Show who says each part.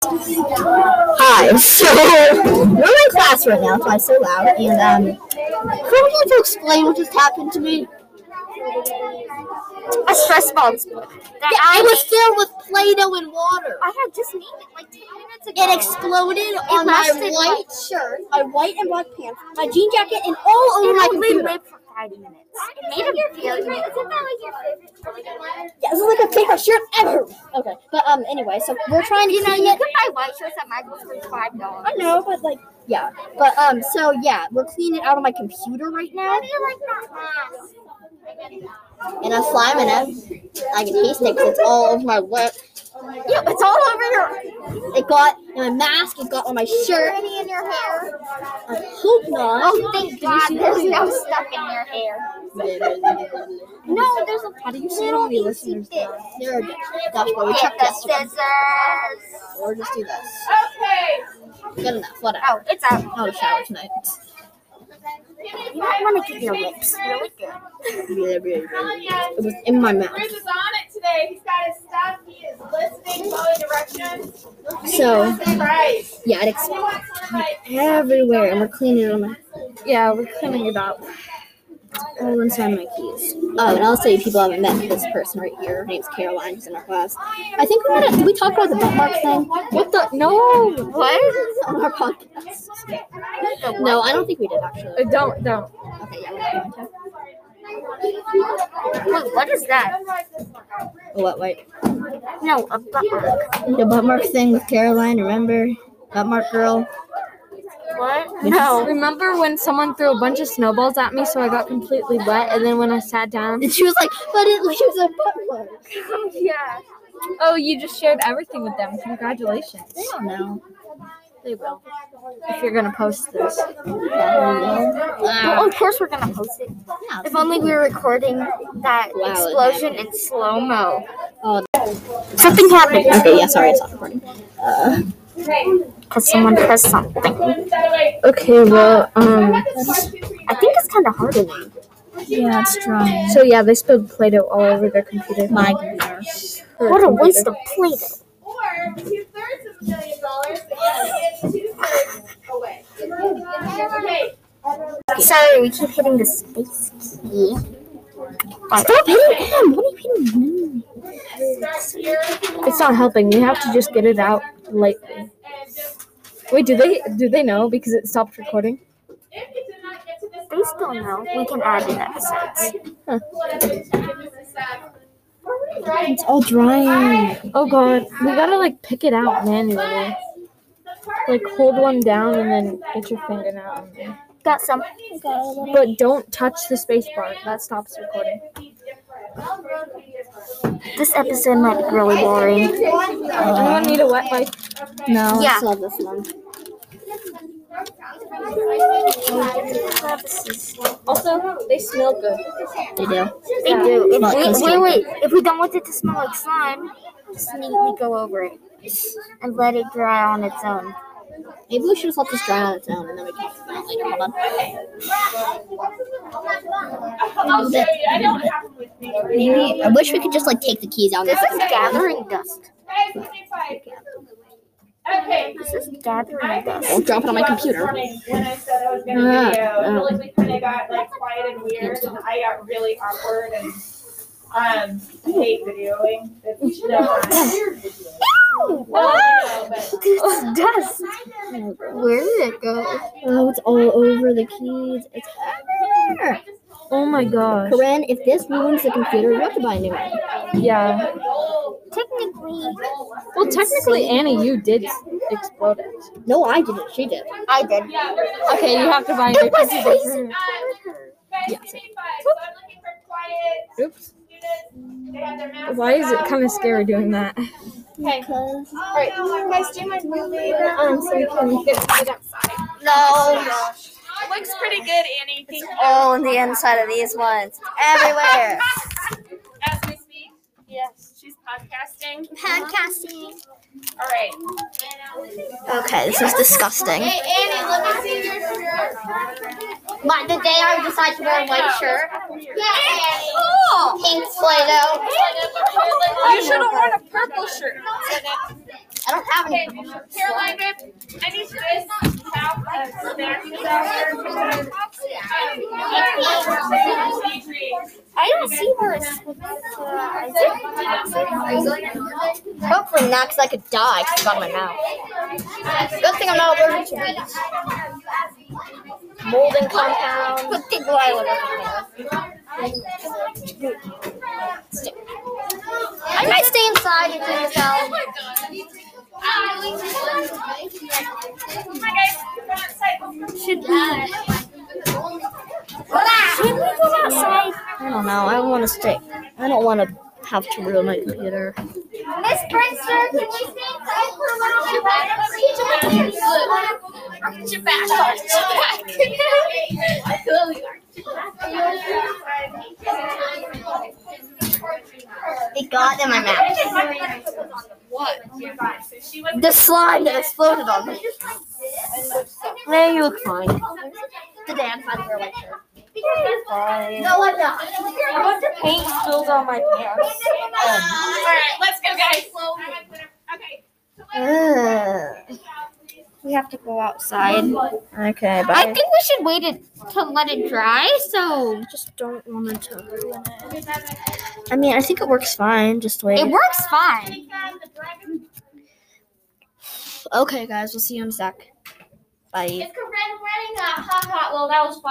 Speaker 1: Hi. So we're in class right now. That's why it's so loud. And um, probably need to explain what just happened to me.
Speaker 2: A stress ball exploded. That
Speaker 1: I
Speaker 2: I
Speaker 1: was
Speaker 2: made.
Speaker 1: filled with Play-Doh and water.
Speaker 2: I had just made it like ten minutes ago.
Speaker 1: It exploded on my
Speaker 2: lasted,
Speaker 1: white
Speaker 2: like,
Speaker 1: shirt.
Speaker 3: my white and black pants, my jean jacket, and all
Speaker 1: Oh,
Speaker 3: over my
Speaker 2: It only
Speaker 3: computer.
Speaker 2: lived for five minutes. It made a very
Speaker 4: Isn't that like your favorite color?
Speaker 3: Yeah, this is like a favorite shirt ever. Okay, but um, anyway, so we're trying to
Speaker 2: You know,
Speaker 3: see
Speaker 2: you
Speaker 3: it.
Speaker 2: could buy white shirts at Michael's for five dollars.
Speaker 3: I know, but like, yeah, but um, so yeah, we're cleaning it out on my computer right now,
Speaker 1: And I'm slime and I can taste it 'cause it's all over my lip.
Speaker 2: Yeah, it's all over your.
Speaker 3: it got in my mask, it got on my shirt.
Speaker 2: Already in your hair.
Speaker 3: I hope not.
Speaker 2: Oh, thank God, there's no stuff in your hair. No, there's a
Speaker 3: How do you see all the listeners?
Speaker 2: bit.
Speaker 1: There, that's what we
Speaker 2: Hit
Speaker 1: checked
Speaker 2: the
Speaker 1: yesterday.
Speaker 2: scissors.
Speaker 1: Or just do this.
Speaker 4: Okay.
Speaker 1: Good enough. Whatever.
Speaker 2: Oh, it's out.
Speaker 1: I'll shower tonight.
Speaker 2: You might want to get your lips really good.
Speaker 1: It
Speaker 4: Tanya,
Speaker 1: was in my mouth.
Speaker 4: Chris is on it today. He's got his stuff. He is listening, following directions.
Speaker 1: So-
Speaker 4: Right.
Speaker 1: Yeah, it
Speaker 4: He
Speaker 1: exploded
Speaker 4: wants one of my
Speaker 1: everywhere, and we're cleaning it on my
Speaker 3: Yeah, we're cleaning it up.
Speaker 1: all inside my keys. Oh, and I'll say people haven't met this person right here. Her name's Caroline. She's in our class. I think we're gonna. Did we talk about the butt mark thing? What the?
Speaker 3: No,
Speaker 2: What?
Speaker 1: On our podcast. No, I don't think we did actually.
Speaker 3: Uh, don't, don't.
Speaker 1: Okay, yeah, we're not going to.
Speaker 2: Wait, what is that?
Speaker 1: What? Wait.
Speaker 2: No, a uh, butt mark.
Speaker 1: The butt mark thing with Caroline. Remember? Butt mark girl.
Speaker 2: What? No.
Speaker 5: Remember when someone threw a bunch of snowballs at me so I got completely wet and then when I sat down?
Speaker 1: And she was like, but it leaves a butt mark.
Speaker 2: Yeah.
Speaker 5: Oh, you just shared everything with them. Congratulations.
Speaker 1: They don't know.
Speaker 5: They will. If you're gonna post this.
Speaker 3: Ah.
Speaker 2: Well,
Speaker 1: Wow.
Speaker 2: of course we're gonna post it.
Speaker 1: Oh, Yeah.
Speaker 2: If only we were recording that
Speaker 1: Wow, it
Speaker 2: explosion in slow mo.
Speaker 1: Oh.
Speaker 2: Something happened
Speaker 1: Okay, Oh, yeah, sorry, it's not recording. Uh,
Speaker 2: because someone pressed something.
Speaker 5: Okay,
Speaker 4: Uh,
Speaker 5: well, um,
Speaker 2: I think it's kind of hard to read.
Speaker 1: yeah, it's dry.
Speaker 5: so yeah, they spilled Play-Doh all over their computer.
Speaker 1: My goodness.
Speaker 2: What a waste of Play Doh.
Speaker 4: Or two thirds of a million dollars, but yes, it's two thirds away. Okay.
Speaker 2: Sorry, we keep hitting the space key. Like,
Speaker 1: Stop hitting him! What are you hitting him?
Speaker 4: Start here.
Speaker 5: It's not helping. We have to just get it out lately.
Speaker 4: And just,
Speaker 5: Wait, do they do they know because it stopped recording?
Speaker 4: if you did not get to this.
Speaker 2: They still know. We can add in episodes.
Speaker 4: It's
Speaker 1: all drying.
Speaker 5: Oh god, we gotta like pick it out manually. Like hold one down and then get your finger out. and then-
Speaker 2: Got some.
Speaker 5: But don't touch the space bar. That stops recording.
Speaker 2: This episode might be really boring.
Speaker 5: Anyone need a wet wipe?
Speaker 1: No,
Speaker 2: Yeah.
Speaker 1: I still have this one.
Speaker 5: Also, they smell good.
Speaker 1: They do.
Speaker 2: They do.
Speaker 1: Not
Speaker 2: If we,
Speaker 1: custom.
Speaker 2: wait, wait. If we don't want it to smell like slime, just neatly go over it and let it dry on its own.
Speaker 1: Maybe we should just let this dry on its own and then we can figure it out later. Hold on.
Speaker 4: I'll show you. I don't have them with me.
Speaker 1: Maybe- I wish we could just like take the keys out. and
Speaker 2: This is
Speaker 1: just-
Speaker 2: gathering dust.
Speaker 4: Hey, 25. Okay.
Speaker 2: This is gathering dust.
Speaker 1: I'll drop it on my computer.
Speaker 4: When I said I was gonna
Speaker 1: Ah,
Speaker 4: video,
Speaker 1: oh.
Speaker 4: Billy, we kinda got like quiet and weird, and I got really awkward and, um, I hate videoing. It's no fun. Well, I know, but-
Speaker 2: It's dust. Where did it go?
Speaker 1: Oh, it's all over the keys. It's everywhere.
Speaker 5: Oh my gosh.
Speaker 1: Corinne, if this ruins the computer, we have to buy a new one.
Speaker 5: Yeah.
Speaker 2: Technically,
Speaker 5: Well, technically, Annie, you did explode it.
Speaker 1: No, I didn't. She did.
Speaker 2: I did.
Speaker 4: Yeah, we're gonna-
Speaker 5: Okay, you have to buy
Speaker 2: It was
Speaker 5: a
Speaker 2: facing
Speaker 5: new computer.
Speaker 2: toward
Speaker 4: Guys,
Speaker 1: Yeah.
Speaker 4: 25, so I'm looking for quiet
Speaker 5: Oops.
Speaker 4: students. They have their masks Oh,
Speaker 5: Why is it
Speaker 4: up.
Speaker 5: kind of scary doing that?
Speaker 4: Okay. All right, my student moving.
Speaker 5: Um, so we can
Speaker 4: get it outside.
Speaker 2: her. No.
Speaker 4: It looks pretty good, Annie. Thank you.
Speaker 2: All in the inside of these ones. Everywhere.
Speaker 4: As we speak. Yes. She's podcasting.
Speaker 2: Podcasting.
Speaker 4: All right.
Speaker 1: Okay, this is disgusting.
Speaker 4: Hey, Annie, let me see your shirt.
Speaker 2: But did they already decide to wear a white shirt?
Speaker 4: Yes,
Speaker 2: Pink Play-Doh.
Speaker 4: Annie. You should have worn a purple shirt.
Speaker 1: I don't have
Speaker 4: Okay,
Speaker 1: any.
Speaker 4: Caroline, babe, I need you to have a snack this hour because, um,
Speaker 2: I don't see her.
Speaker 1: Hopefully not, because I could die because got in my mouth. Good thing I'm not allergic to meat. Molding compound. Good thing I I might stay inside and clean this out.
Speaker 2: Should we? Should we go outside?
Speaker 1: I don't know. I want to stay. I don't want to have to ruin my computer.
Speaker 2: Miss Princeton, can we stay inside for a little bit? Arch your back. Arch
Speaker 1: It got in my mouth. The slime that exploded on me. Man, you look fine. Today I'm fine for a lecture. No, I'm not.
Speaker 6: Paint spilled on my pants.
Speaker 4: Alright, let's go, guys. Okay.
Speaker 2: We have to go outside.
Speaker 6: Okay,
Speaker 2: I think we should wait it to let it dry. So
Speaker 6: just don't want to ruin it. I mean, I think it works fine. Just wait.
Speaker 2: it works fine.
Speaker 1: Okay, guys, we'll see you in a sec. Bye.
Speaker 7: It's running, running, uh, ha ha. Well, that was fun.